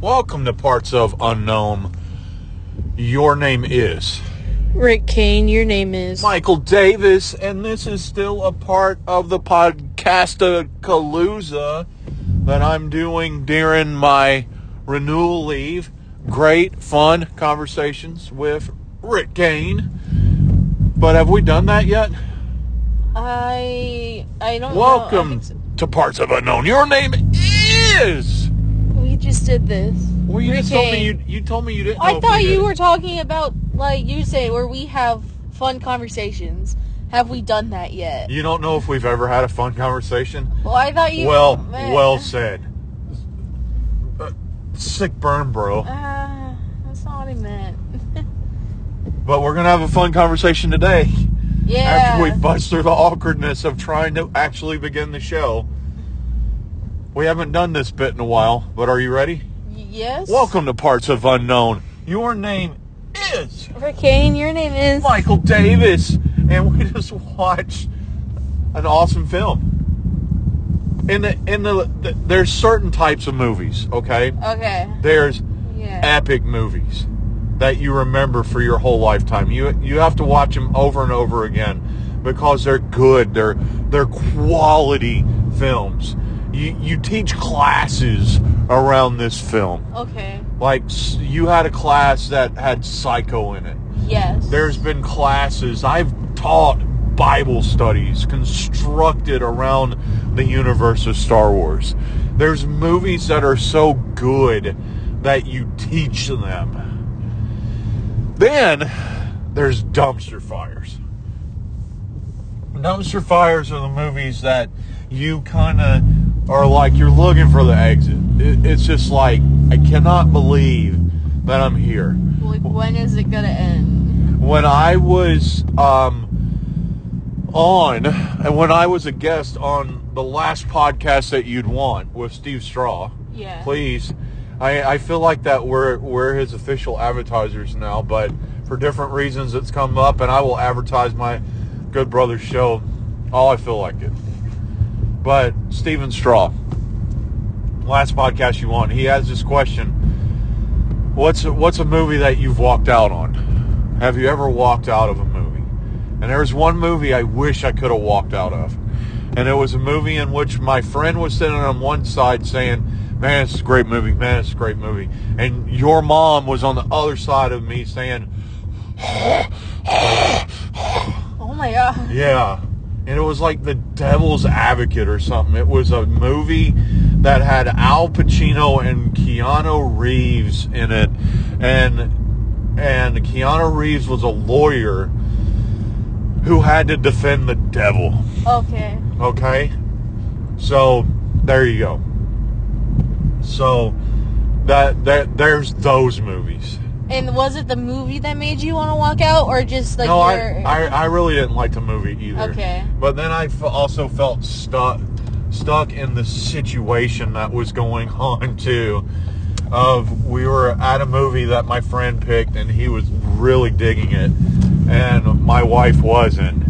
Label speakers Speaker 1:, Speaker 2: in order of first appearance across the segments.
Speaker 1: Welcome to Parts of Unknown. Your name is
Speaker 2: Rick Kane, your name is.
Speaker 1: Michael Davis, and this is still a part of the podcast Palooza that I'm doing during my renewal leave. Great, fun conversations with Rick Kane. But have we done that yet?
Speaker 2: I Oh, I don't know. I
Speaker 1: Welcome
Speaker 2: think so.
Speaker 1: to Parts of Unknown. Your name is.
Speaker 2: We just did this.
Speaker 1: Well, you
Speaker 2: Rick
Speaker 1: just told me
Speaker 2: Kane.
Speaker 1: you you told me you didn't. know
Speaker 2: I
Speaker 1: if
Speaker 2: thought
Speaker 1: we did
Speaker 2: you
Speaker 1: it.
Speaker 2: were talking about like you say where we have fun conversations. Have we done that yet?
Speaker 1: You don't know if we've ever had a fun conversation.
Speaker 2: Well, I thought you.
Speaker 1: Well,
Speaker 2: Eh.
Speaker 1: well said. Uh, Sick burn, bro.
Speaker 2: Uh, that's not what I meant.
Speaker 1: But we're gonna have a fun conversation today
Speaker 2: yeah.
Speaker 1: after we bust through the awkwardness of trying to actually begin the show. We haven't done this bit in a while, but are you ready?
Speaker 2: yes.
Speaker 1: Welcome to Parts of Unknown. Your name is
Speaker 2: Rick Kane, your name is.
Speaker 1: Michael Davis, and we just watched an awesome film. In the in the, the there's certain types of movies, okay?
Speaker 2: Okay.
Speaker 1: There's
Speaker 2: Yeah.
Speaker 1: epic movies that you remember for your whole lifetime. You you have to watch them over and over again because they're good. They're they're quality films. You you teach classes around this film.
Speaker 2: okay.
Speaker 1: Like s- you had a class that had Psycho in it.
Speaker 2: Yes.
Speaker 1: There's been classes I've taught Bible studies constructed around the universe of Star Wars. There's movies that are so good that you teach them. Then there's dumpster fires. Dumpster fires are the movies that you kind of are like you're looking for the exit. It, it's just like I cannot believe that I'm here
Speaker 2: Like when is it gonna end?
Speaker 1: when I was um, on, and when I was a guest on the last podcast that you'd want with Steve Straw,
Speaker 2: Yeah.
Speaker 1: please. I, I feel like that we're we're his official advertisers now, but for different reasons it's come up, and I will advertise my Good Brothers show all I feel like it. But Steven Straw, last podcast you want, he has this question: What's what's a movie that you've walked out on? Have you ever walked out of a movie? And there was one movie I wish I could have walked out of, and it was a movie in which my friend was sitting on one side saying, "Man, it's a great movie. Man, it's a great movie," and your mom was on the other side of me saying,
Speaker 2: Oh my god.
Speaker 1: Yeah. And it was like The Devil's Advocate or something. It was a movie that had Al Pacino and Keanu Reeves in it. And and Keanu Reeves was a lawyer who had to defend the devil.
Speaker 2: Okay.
Speaker 1: Okay? So there you go. So that that there's those movies.
Speaker 2: And was it the movie that made you want to walk out, or just like
Speaker 1: no, I,
Speaker 2: your?
Speaker 1: I I really didn't like the movie either.
Speaker 2: Okay.
Speaker 1: But then I f- also felt stuck stuck in the situation that was going on too. Of we were at a movie that my friend picked and he was really digging it, and my wife wasn't.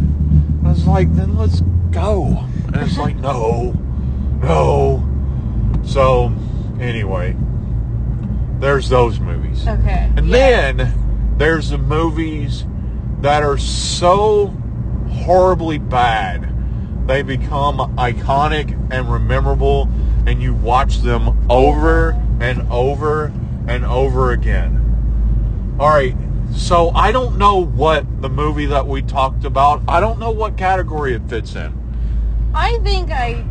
Speaker 1: I was like, then let's go. And it's like, no, no. So anyway, there's those movies.
Speaker 2: okay.
Speaker 1: And
Speaker 2: yeah.
Speaker 1: then there's the movies that are so horribly bad they become iconic and memorable and you watch them over and over and over again. All right. So I don't know what the movie that we talked about. I don't know what category it fits in.
Speaker 2: I think I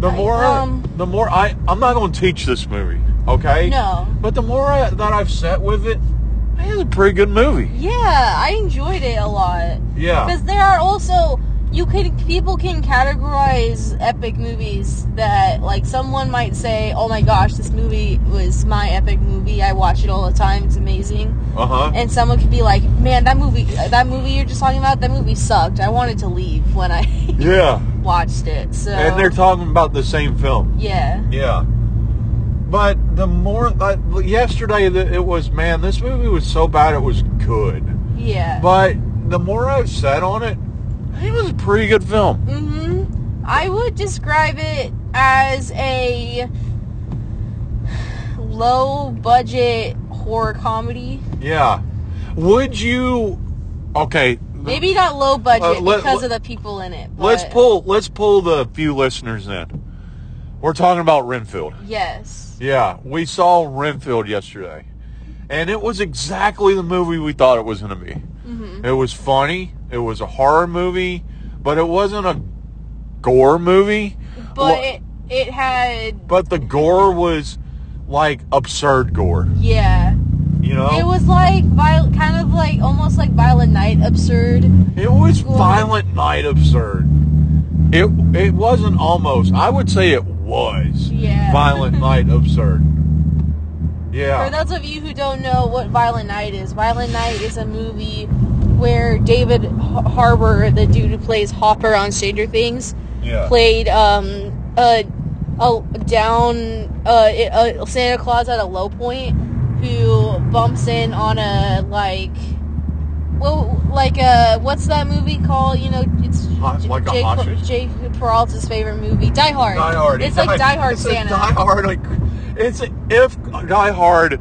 Speaker 1: The
Speaker 2: Right,
Speaker 1: more
Speaker 2: um,
Speaker 1: the more I I'm not going to teach this movie, okay?
Speaker 2: no.
Speaker 1: But the more I, that I've sat with it, man, it's a pretty good movie.
Speaker 2: Yeah, I enjoyed it a lot
Speaker 1: Yeah.
Speaker 2: because there are also you can people can categorize epic movies that like someone might say, oh my gosh, this movie was my epic movie. I watch it all the time. It's amazing.
Speaker 1: Uh huh.
Speaker 2: And someone could be like, man, that movie, that movie you're just talking about, that movie sucked. I wanted to leave when I
Speaker 1: Yeah.
Speaker 2: watched it. So
Speaker 1: And they're talking about the same film.
Speaker 2: yeah,
Speaker 1: Yeah. But the more I, yesterday th- it was, man, this movie was so bad it was good.
Speaker 2: yeah.
Speaker 1: But the more I've sat on it, it was a pretty good film.
Speaker 2: hmm I would describe it as a low budget horror comedy.
Speaker 1: Yeah. Would you? Okay.
Speaker 2: Maybe not low budget
Speaker 1: Uh, let-
Speaker 2: because
Speaker 1: let-
Speaker 2: of the people in it.
Speaker 1: Let's
Speaker 2: but-
Speaker 1: pull. Let's pull the few listeners in. We're talking about Renfield.
Speaker 2: Yes.
Speaker 1: Yeah, we saw Renfield yesterday, and it was exactly the movie we thought it was going to be.
Speaker 2: Mm-hmm.
Speaker 1: It was funny. It was a horror movie, but it wasn't a gore movie.
Speaker 2: But
Speaker 1: Well,
Speaker 2: it it had
Speaker 1: but the gore was like absurd gore.
Speaker 2: yeah.
Speaker 1: You know,
Speaker 2: It was like viol- kind of like almost like Violent Night absurd.
Speaker 1: It was
Speaker 2: Gore.
Speaker 1: violent night absurd. It it wasn't almost. I would say it was
Speaker 2: Yeah.
Speaker 1: violent night absurd.
Speaker 2: For
Speaker 1: Yeah.
Speaker 2: those of you who don't know what Violent Night is, Violent Night is a movie where David H- Harbour, the dude who plays Hopper on Stranger Things,
Speaker 1: Yeah.
Speaker 2: played um a a down uh a Santa Claus at a low point who bumps in on a like well like a what's that movie called you know it's
Speaker 1: Hot-
Speaker 2: J-
Speaker 1: like a
Speaker 2: Jake,
Speaker 1: hostage?
Speaker 2: Jake Peralta's favorite movie Die Hard
Speaker 1: Die Hard.
Speaker 2: it's like Die Hard
Speaker 1: It's a
Speaker 2: Santa
Speaker 1: Die Hard. Like, it's if Die Hard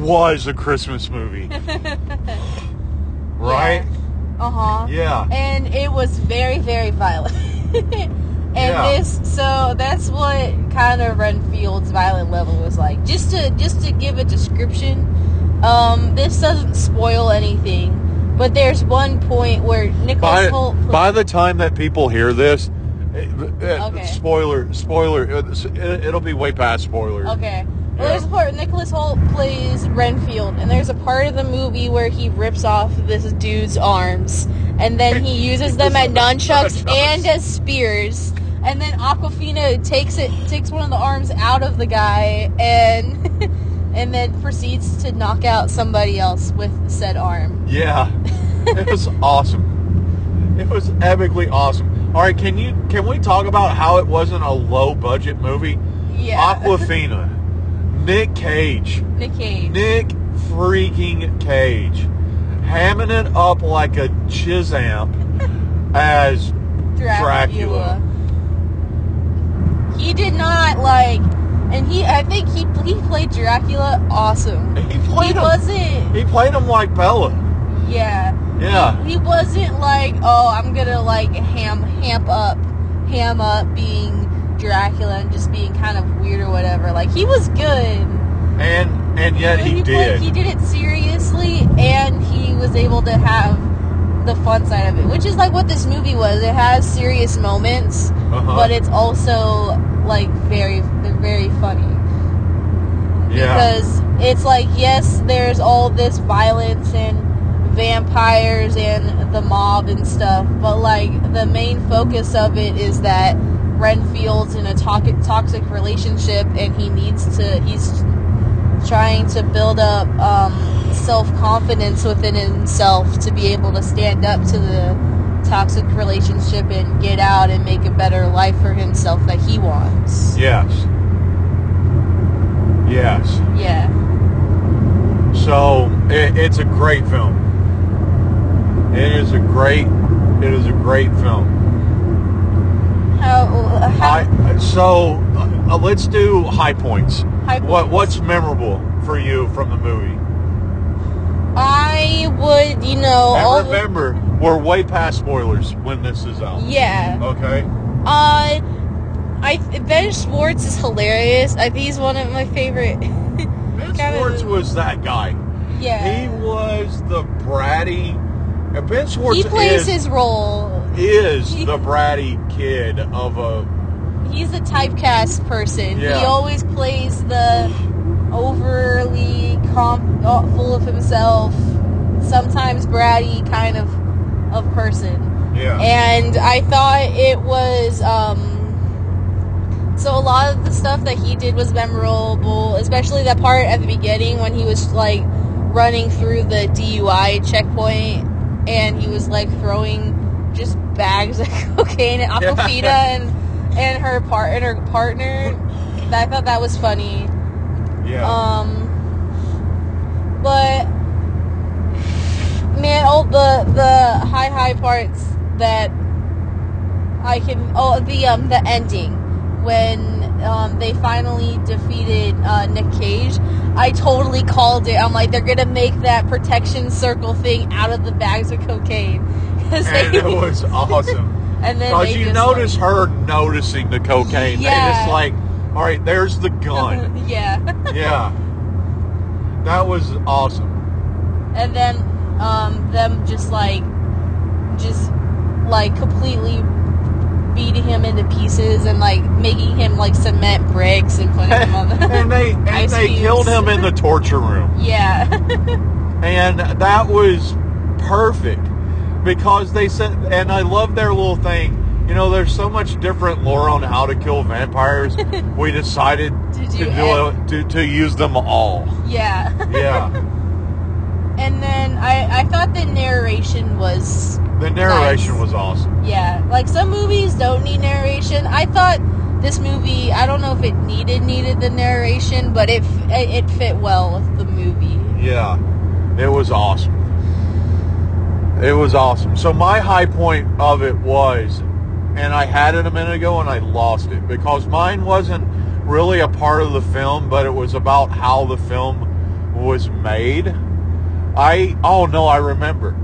Speaker 1: was a Christmas movie, right?
Speaker 2: uh huh
Speaker 1: Yeah.
Speaker 2: and it was very very violent and
Speaker 1: Yeah.
Speaker 2: this so that's what kind of renfield's violent level was like just to just to give a description um this doesn't spoil anything but there's one point where nicholas
Speaker 1: By,
Speaker 2: holt
Speaker 1: by the time that people hear this, it, it-
Speaker 2: Okay.
Speaker 1: spoiler, spoiler, it, it'll be way past spoilers.
Speaker 2: okay well,
Speaker 1: Yeah.
Speaker 2: there's a part Nicholas Holt plays Renfield, and there's a part of the movie where he rips off this dude's arms, and then he uses them at nunchucks
Speaker 1: Nunchucks.
Speaker 2: and as spears. And then Aquafina takes it, takes one of the arms out of the guy, and and then proceeds to knock out somebody else with said arm.
Speaker 1: Yeah, it was awesome. It was epically awesome. All right, can you can we talk about how it wasn't a low budget movie?
Speaker 2: Yeah,
Speaker 1: Aquafina, Nick Cage,
Speaker 2: Nick Cage.
Speaker 1: Nick freaking Cage, hamming it up like a chisamp as Dracula.
Speaker 2: He did not like, and he. I think he he played Dracula awesome.
Speaker 1: he
Speaker 2: He
Speaker 1: played him.
Speaker 2: wasn't.
Speaker 1: He played him like Bella.
Speaker 2: Yeah,
Speaker 1: Yeah,
Speaker 2: he wasn't like, oh, I'm gonna like ham hamp up, ham up being Dracula and just being kind of weird or whatever. Like he was good.
Speaker 1: and and yet
Speaker 2: But
Speaker 1: he
Speaker 2: played-
Speaker 1: did.
Speaker 2: he did it seriously, and he was able to have the fun side of it, which is like what this movie was. It has serious moments,
Speaker 1: Uh-huh.
Speaker 2: but it's also like very, they're very funny
Speaker 1: yeah,
Speaker 2: because it's like yes, there's all this violence and vampires and the mob and stuff, but like the main focus of it is that Renfield's in a toxic toxic relationship and he needs to he's trying to build up um, self confidence within himself to be able to stand up to the toxic relationship and get out and make a better life for himself that he wants.
Speaker 1: yes, yes.
Speaker 2: Yeah.
Speaker 1: So it, it's a great film. It is a great, it is a great film.
Speaker 2: How, how
Speaker 1: I, so uh, let's do high points.
Speaker 2: High
Speaker 1: What
Speaker 2: points.
Speaker 1: what's memorable for you from the movie?
Speaker 2: I would, you know, all
Speaker 1: And remember, we're way past spoilers when this is out.
Speaker 2: yeah.
Speaker 1: Okay.
Speaker 2: Uh, I Ben Schwartz is hilarious. I think he's one of my favorite.
Speaker 1: Ben
Speaker 2: Kevin-
Speaker 1: Schwartz was that guy.
Speaker 2: yeah,
Speaker 1: He was the bratty. and Ben Schwartz
Speaker 2: He plays
Speaker 1: is,
Speaker 2: his role.
Speaker 1: is
Speaker 2: he-
Speaker 1: the bratty kid of a.
Speaker 2: He's a typecast person.
Speaker 1: Yeah.
Speaker 2: He always plays the overly comp, uh, full of himself, sometimes bratty kind of of person.
Speaker 1: Yeah.
Speaker 2: and I thought it was um, so a lot of the stuff that he did was memorable, especially that part at the beginning when he was like running through the DUI checkpoint and he was like throwing just bags of cocaine at
Speaker 1: Yeah.
Speaker 2: Aquafina and and her part and her partner. I thought that was funny.
Speaker 1: yeah.
Speaker 2: Um, but man, all the the high high parts that I can. Oh, the um the ending when um, they finally defeated uh, Nick Cage, I totally called it. I'm like, they're gonna make that protection circle thing out of the bags of cocaine. 'Cause
Speaker 1: And
Speaker 2: they-
Speaker 1: it was awesome.
Speaker 2: and then
Speaker 1: Because
Speaker 2: they
Speaker 1: you
Speaker 2: just,
Speaker 1: notice her noticing the cocaine. They
Speaker 2: Yeah.
Speaker 1: just like, all right, there's the
Speaker 2: like-
Speaker 1: gun.
Speaker 2: yeah.
Speaker 1: yeah. That was awesome.
Speaker 2: and then um, them just like just like completely beating him into pieces and like making him like cement bricks and putting him on the
Speaker 1: and they and
Speaker 2: Ice
Speaker 1: they
Speaker 2: cubes.
Speaker 1: killed him in the torture room.
Speaker 2: yeah
Speaker 1: and that was perfect because they said and i love their little thing you know there's so much different lore on how to kill vampires we decided
Speaker 2: To
Speaker 1: to
Speaker 2: do
Speaker 1: do
Speaker 2: ev-
Speaker 1: it- to, to use them all
Speaker 2: yeah
Speaker 1: yeah
Speaker 2: and then I I thought the narration was
Speaker 1: the narration
Speaker 2: Nice.
Speaker 1: was awesome
Speaker 2: yeah like some movies don't need narration I thought this movie I don't know if it needed needed the narration but it f- it it fit well with the movie
Speaker 1: yeah it was awesome it was awesome so my high point of it was and i had it a minute ago and i lost it because mine wasn't really a part of the film but it was about how the film was made I oh no, I remember.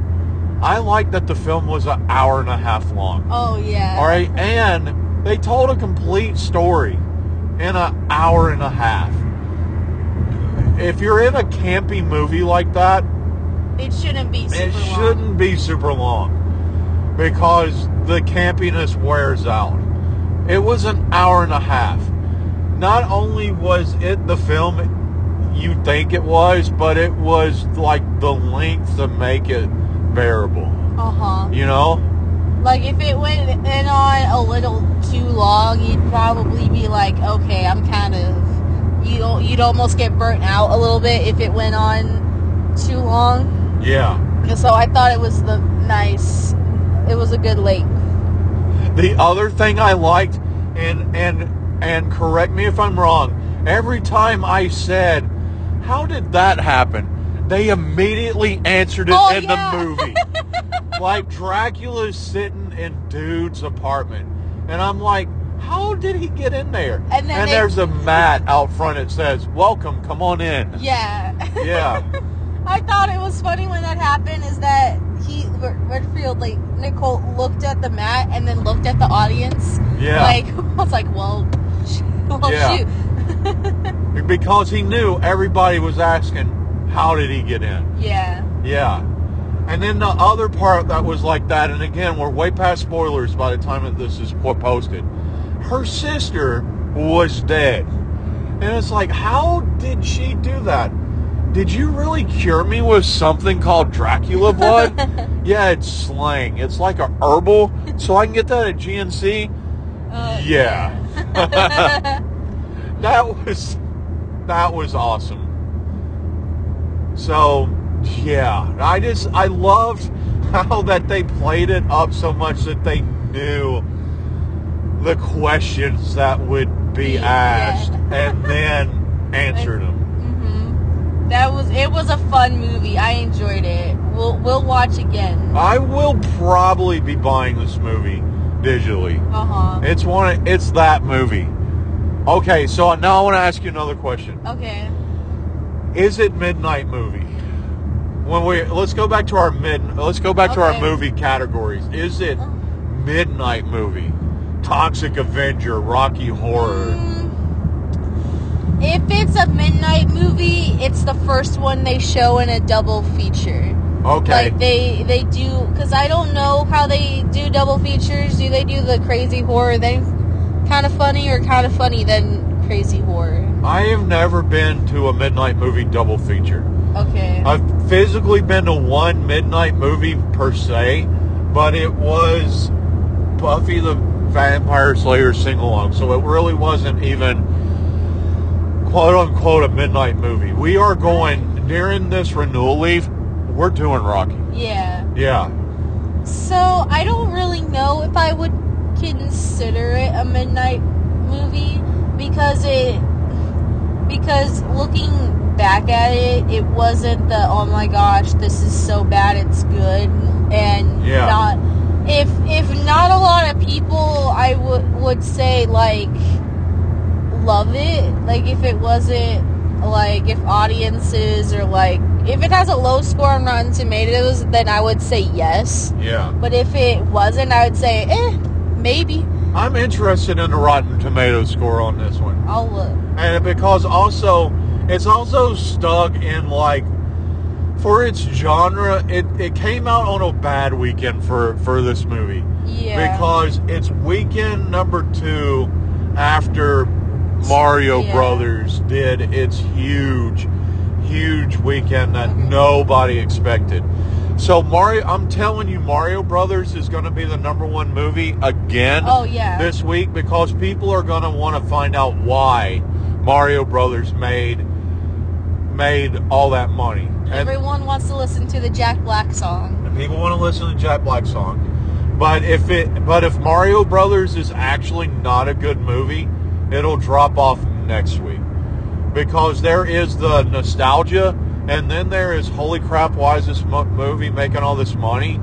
Speaker 1: I like that the film was an hour and a half long.
Speaker 2: oh yeah
Speaker 1: All right, and they told a complete story in an hour and a half. If you're in a campy movie like that,
Speaker 2: it shouldn't be super
Speaker 1: it
Speaker 2: long.
Speaker 1: shouldn't be super long because the campiness wears out. It was an hour and a half. Not only was it the film you think it was, but it was like the length to make it bearable.
Speaker 2: uh huh
Speaker 1: You know?
Speaker 2: Like if it went in on a little too long, you'd probably be like, okay, I'm kind of you. You'd almost get burnt out a little bit if it went on too long.
Speaker 1: Yeah.
Speaker 2: And so I thought it was the nice. It was a good length.
Speaker 1: The other thing I liked, and and and correct me if I'm wrong, every time I said, How did that happen? They immediately answered it
Speaker 2: Oh,
Speaker 1: in
Speaker 2: yeah.
Speaker 1: the movie. like Dracula's sitting in dude's apartment, and I'm like, how did he get in there?
Speaker 2: And then they-
Speaker 1: there's a mat out front that says, "Welcome, come on in."
Speaker 2: Yeah,
Speaker 1: Yeah,
Speaker 2: I thought it was funny when that happened. Is that he Red- Redfield like Nicole looked at the mat and then looked at the audience.
Speaker 1: Yeah.
Speaker 2: like I was like, well, sh- well,
Speaker 1: Yeah.
Speaker 2: shoot,
Speaker 1: because he knew everybody was asking, "How did he get in?"
Speaker 2: yeah.
Speaker 1: Yeah, and then the other part that was like that, and again, we're way past spoilers by the time that this is po- posted. Her sister was dead, and it's like, how did she do that? Did you really cure me with something called Dracula blood? yeah, it's slang. It's like a herbal, so I can get that at GNC.
Speaker 2: Uh,
Speaker 1: Yeah. that was that was awesome. So yeah, I just I loved how that they played it up so much that they knew the questions that would be
Speaker 2: Yeah.
Speaker 1: asked and then answered them.
Speaker 2: hmm That was it. Was a fun movie. I enjoyed it. We'll we'll watch again.
Speaker 1: I will probably be buying this movie digitally.
Speaker 2: Uh huh.
Speaker 1: It's one. of- It's that movie. Okay, so now I want to ask you another question.
Speaker 2: Okay.
Speaker 1: Is it midnight movie? When we let's go back to our mid let's go back to our
Speaker 2: Okay.
Speaker 1: movie categories. Is it
Speaker 2: Oh.
Speaker 1: midnight movie? Toxic Avenger, Rocky Horror.
Speaker 2: Mm, If it's a midnight movie, it's the first one they show in a double feature.
Speaker 1: Okay.
Speaker 2: Mm. Like they they do because I don't know how they do double features. Do they do the crazy horror then, kind of funny or kind of funny then crazy horror?
Speaker 1: I have never been to a midnight movie double feature.
Speaker 2: Okay.
Speaker 1: I've physically been to one midnight movie per se, but it was Buffy the Vampire Slayer sing along, so it really wasn't even quote unquote a midnight movie. We are going during this renewal leave, we're doing Rocky.
Speaker 2: yeah.
Speaker 1: Yeah.
Speaker 2: So I don't really know if I would consider it a midnight movie because it because looking back at it, it wasn't the oh my gosh, this is so bad it's good and
Speaker 1: Yeah.
Speaker 2: not if if not a lot of people I would would say like love it. Like if it wasn't like if audiences or like if it has a low score on Rotten Tomatoes, then I would say yes.
Speaker 1: Yeah.
Speaker 2: But if it wasn't, I would say eh, maybe.
Speaker 1: I'm interested in the Rotten Tomato score on this one.
Speaker 2: I'll look.
Speaker 1: And because also, it's also stuck in like, for its genre, it, it came out on a bad weekend for, for this movie.
Speaker 2: Yeah.
Speaker 1: Because it's weekend number two after Mario
Speaker 2: Yeah.
Speaker 1: Brothers did its huge, huge weekend that nobody expected. So Mario, I'm telling you, Mario Brothers is going to be the number one movie again
Speaker 2: Oh, yeah.
Speaker 1: this week because people are going to want to find out why Mario Brothers made made all that money. And-
Speaker 2: Everyone wants to listen to the Jack Black song.
Speaker 1: and people want to listen to Jack Black song. But if it, but if Mario Brothers is actually not a good movie, it'll drop off next week because there is the nostalgia, and then there is holy crap, why is this mo- movie making all this money?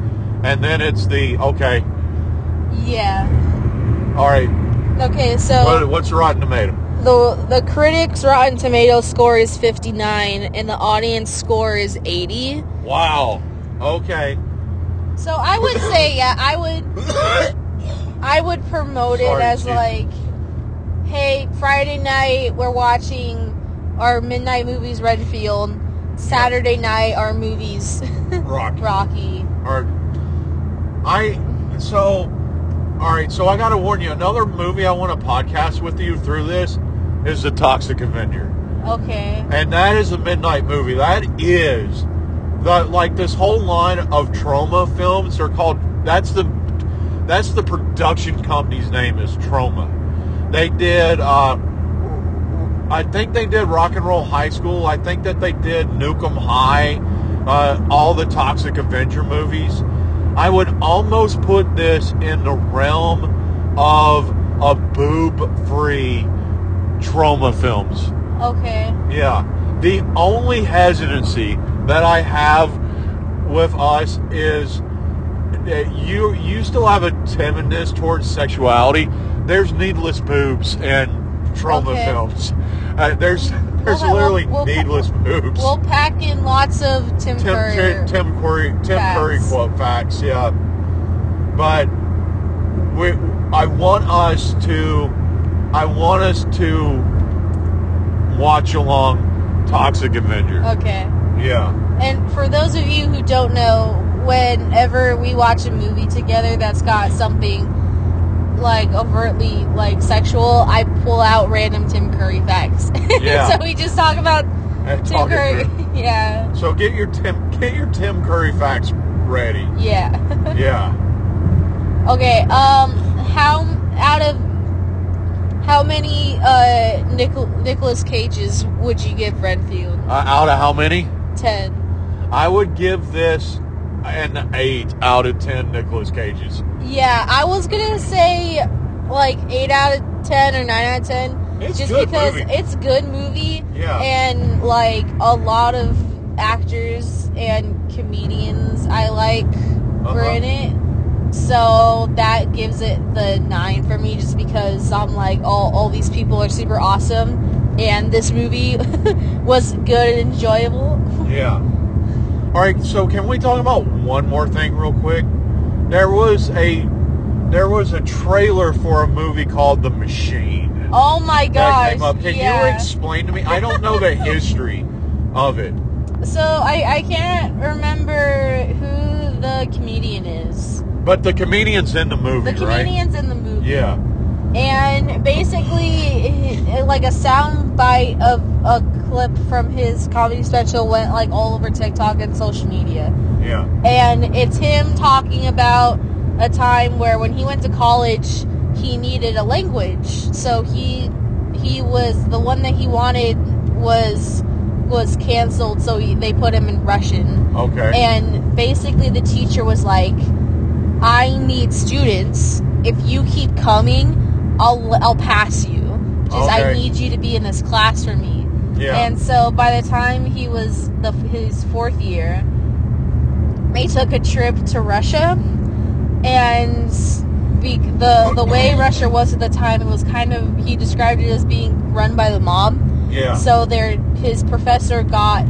Speaker 1: And then it's the okay,
Speaker 2: Yeah.
Speaker 1: all right,
Speaker 2: Okay, so
Speaker 1: what, what's Rotten Tomato?
Speaker 2: The the critics Rotten Tomato score is 59 and the audience score is 80.
Speaker 1: Wow, okay,
Speaker 2: So I would say yeah, I would I would promote
Speaker 1: Sorry,
Speaker 2: it as
Speaker 1: Chief.
Speaker 2: like hey, Friday night we're watching our midnight movies Redfield. Saturday night our movies
Speaker 1: rock.
Speaker 2: Rocky.
Speaker 1: Or I so all right, so I gotta warn you, another movie I want to podcast with you through this is The Toxic Avenger.
Speaker 2: Okay.
Speaker 1: And that is a midnight movie. That is the like this whole line of trauma films are called that's the that's the production company's name is Trauma. They did uh I think they did Rock and Roll High School. I think that they did Nukem High, uh, all the Toxic Avenger movies. I would almost put this in the realm of a boob-free trauma films.
Speaker 2: Okay.
Speaker 1: Yeah. The only hesitancy that I have with us is that you you still have a timidness towards sexuality. There's needless boobs and trauma
Speaker 2: Okay.
Speaker 1: films. Uh, there's there's
Speaker 2: ha- we'll-
Speaker 1: literally
Speaker 2: we'll-
Speaker 1: needless boobs.
Speaker 2: We'll pack in lots of Tim,
Speaker 1: Tim
Speaker 2: Curry.
Speaker 1: Tim, Tim Curry Tim
Speaker 2: Facts.
Speaker 1: Curry quote facts. Yeah, but we I want us to I want us to watch along Toxic Avenger.
Speaker 2: Okay.
Speaker 1: Yeah,
Speaker 2: And for those of you who don't know, whenever we watch a movie together that's got something like overtly like sexual, I pull out random Tim Curry facts.
Speaker 1: Yeah.
Speaker 2: so we just talk about
Speaker 1: and
Speaker 2: Tim
Speaker 1: Toxic
Speaker 2: Curry.
Speaker 1: Avenger.
Speaker 2: Yeah.
Speaker 1: So get your Tim get your Tim Curry facts ready.
Speaker 2: Yeah.
Speaker 1: Yeah,
Speaker 2: okay. Um how out of how many uh Nicol- Nicholas Cages would you give Renfield?
Speaker 1: uh, out of how many?
Speaker 2: 10.
Speaker 1: I would give this an eight out of ten Nicolas Cages.
Speaker 2: Yeah, I was gonna say like eight out of ten or nine out of ten.
Speaker 1: It's
Speaker 2: just
Speaker 1: good
Speaker 2: because
Speaker 1: movie.
Speaker 2: it's good movie.
Speaker 1: Yeah.
Speaker 2: And like a lot of actors and comedians I like were
Speaker 1: Uh-huh.
Speaker 2: in it. So that gives it the nine for me just because I'm like, oh, all these people are super awesome and this movie was good and enjoyable.
Speaker 1: Yeah. All right. So can we talk about one more thing real quick? There was a there was a trailer for a movie called The Machine.
Speaker 2: Oh my
Speaker 1: that
Speaker 2: gosh.
Speaker 1: came up. Can
Speaker 2: yeah.
Speaker 1: you explain to me? I don't know the history of it.
Speaker 2: So I, I can't remember who the comedian is.
Speaker 1: But the comedian's in the movie,
Speaker 2: The
Speaker 1: right?
Speaker 2: comedian's in the movie.
Speaker 1: Yeah.
Speaker 2: And basically, eh, like a sound bite of a clip from his comedy special went like all over TikTok and social media.
Speaker 1: Yeah.
Speaker 2: And it's him talking about a time where when he went to college, he needed a language. So he he was the one that he wanted was was canceled. So he, they put him in Russian.
Speaker 1: Okay.
Speaker 2: And basically, the teacher was like, I need students. If you keep coming, I'll, I'll pass you. Just, I
Speaker 1: Okay.
Speaker 2: need you to be in this class for me.
Speaker 1: yeah.
Speaker 2: And so by the time he was the, his fourth year, they took a trip to Russia, and be, the the way Russia was at the time, it was kind of he described it as being run by the mob.
Speaker 1: Yeah.
Speaker 2: So there, his professor got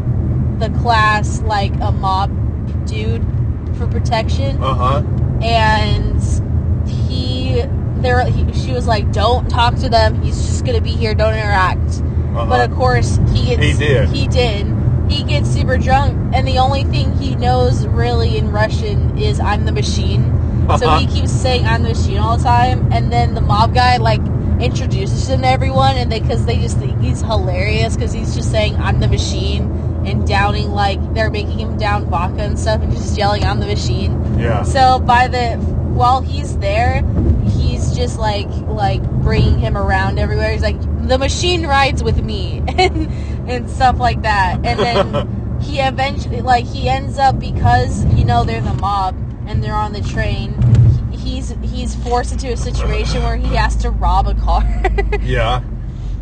Speaker 2: the class like a mob dude for protection,
Speaker 1: uh huh.
Speaker 2: and he there he, she was like, "Don't talk to them. He's just gonna be here. Don't interact."
Speaker 1: Uh-huh.
Speaker 2: But of course, he gets
Speaker 1: He did.
Speaker 2: he did. He gets super drunk, and the only thing he knows really in Russian is "I'm the machine." So
Speaker 1: Uh-huh.
Speaker 2: he keeps saying "I'm the machine" all the time, and then the mob guy like introduces him to everyone, and they because they just think he's hilarious because he's just saying "I'm the machine" and downing like they're making him down vodka and stuff, and just yelling "I'm the machine."
Speaker 1: yeah.
Speaker 2: So by the while he's there, he's just like like bringing him around everywhere. He's like the machine rides with me and and stuff like that. And then he eventually like he ends up because you know they're the mob and they're on the train. he- He's he's forced into a situation where he has to rob a car.
Speaker 1: Yeah.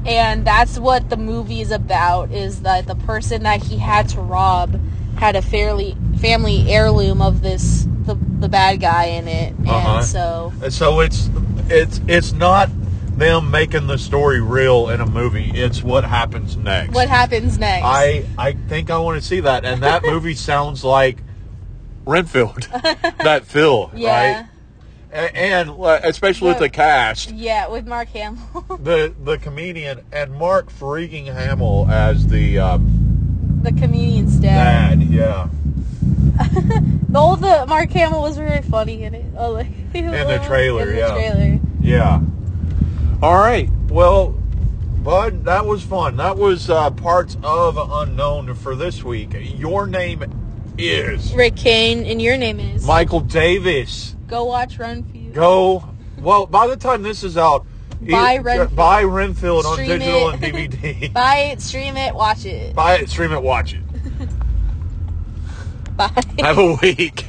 Speaker 2: and that's what the movie is about is that the person that he had to rob had a fairly family heirloom of this the, the bad guy in it and
Speaker 1: Uh-huh.
Speaker 2: so
Speaker 1: And so it's it's it's not them making the story real in a movie. It's what happens next.
Speaker 2: what happens next
Speaker 1: I I think I want to see that. And that movie sounds like Renfield. that Phil,
Speaker 2: yeah
Speaker 1: right? A- And, uh, especially with
Speaker 2: But-
Speaker 1: the cast,
Speaker 2: yeah with mark hamill
Speaker 1: the the comedian and Mark freaking Hamill as the uh,
Speaker 2: the comedian's dad
Speaker 1: dad. Yeah.
Speaker 2: all the mark hamill was very funny in it oh, like, in
Speaker 1: the trailer,
Speaker 2: in the
Speaker 1: yeah.
Speaker 2: trailer.
Speaker 1: Yeah. All right. Well, Bud, that was fun. That was uh, parts of Unknown for this week. Your name is
Speaker 2: rick kane and your name is
Speaker 1: Michael Davis.
Speaker 2: go watch run for you
Speaker 1: Go. Well, by the time this is out,
Speaker 2: Buy Renfield.
Speaker 1: buy Renfield on
Speaker 2: Stream
Speaker 1: digital
Speaker 2: it.
Speaker 1: and DVD.
Speaker 2: buy it stream it watch it
Speaker 1: buy it, stream it, watch it.
Speaker 2: bye
Speaker 1: Have a week.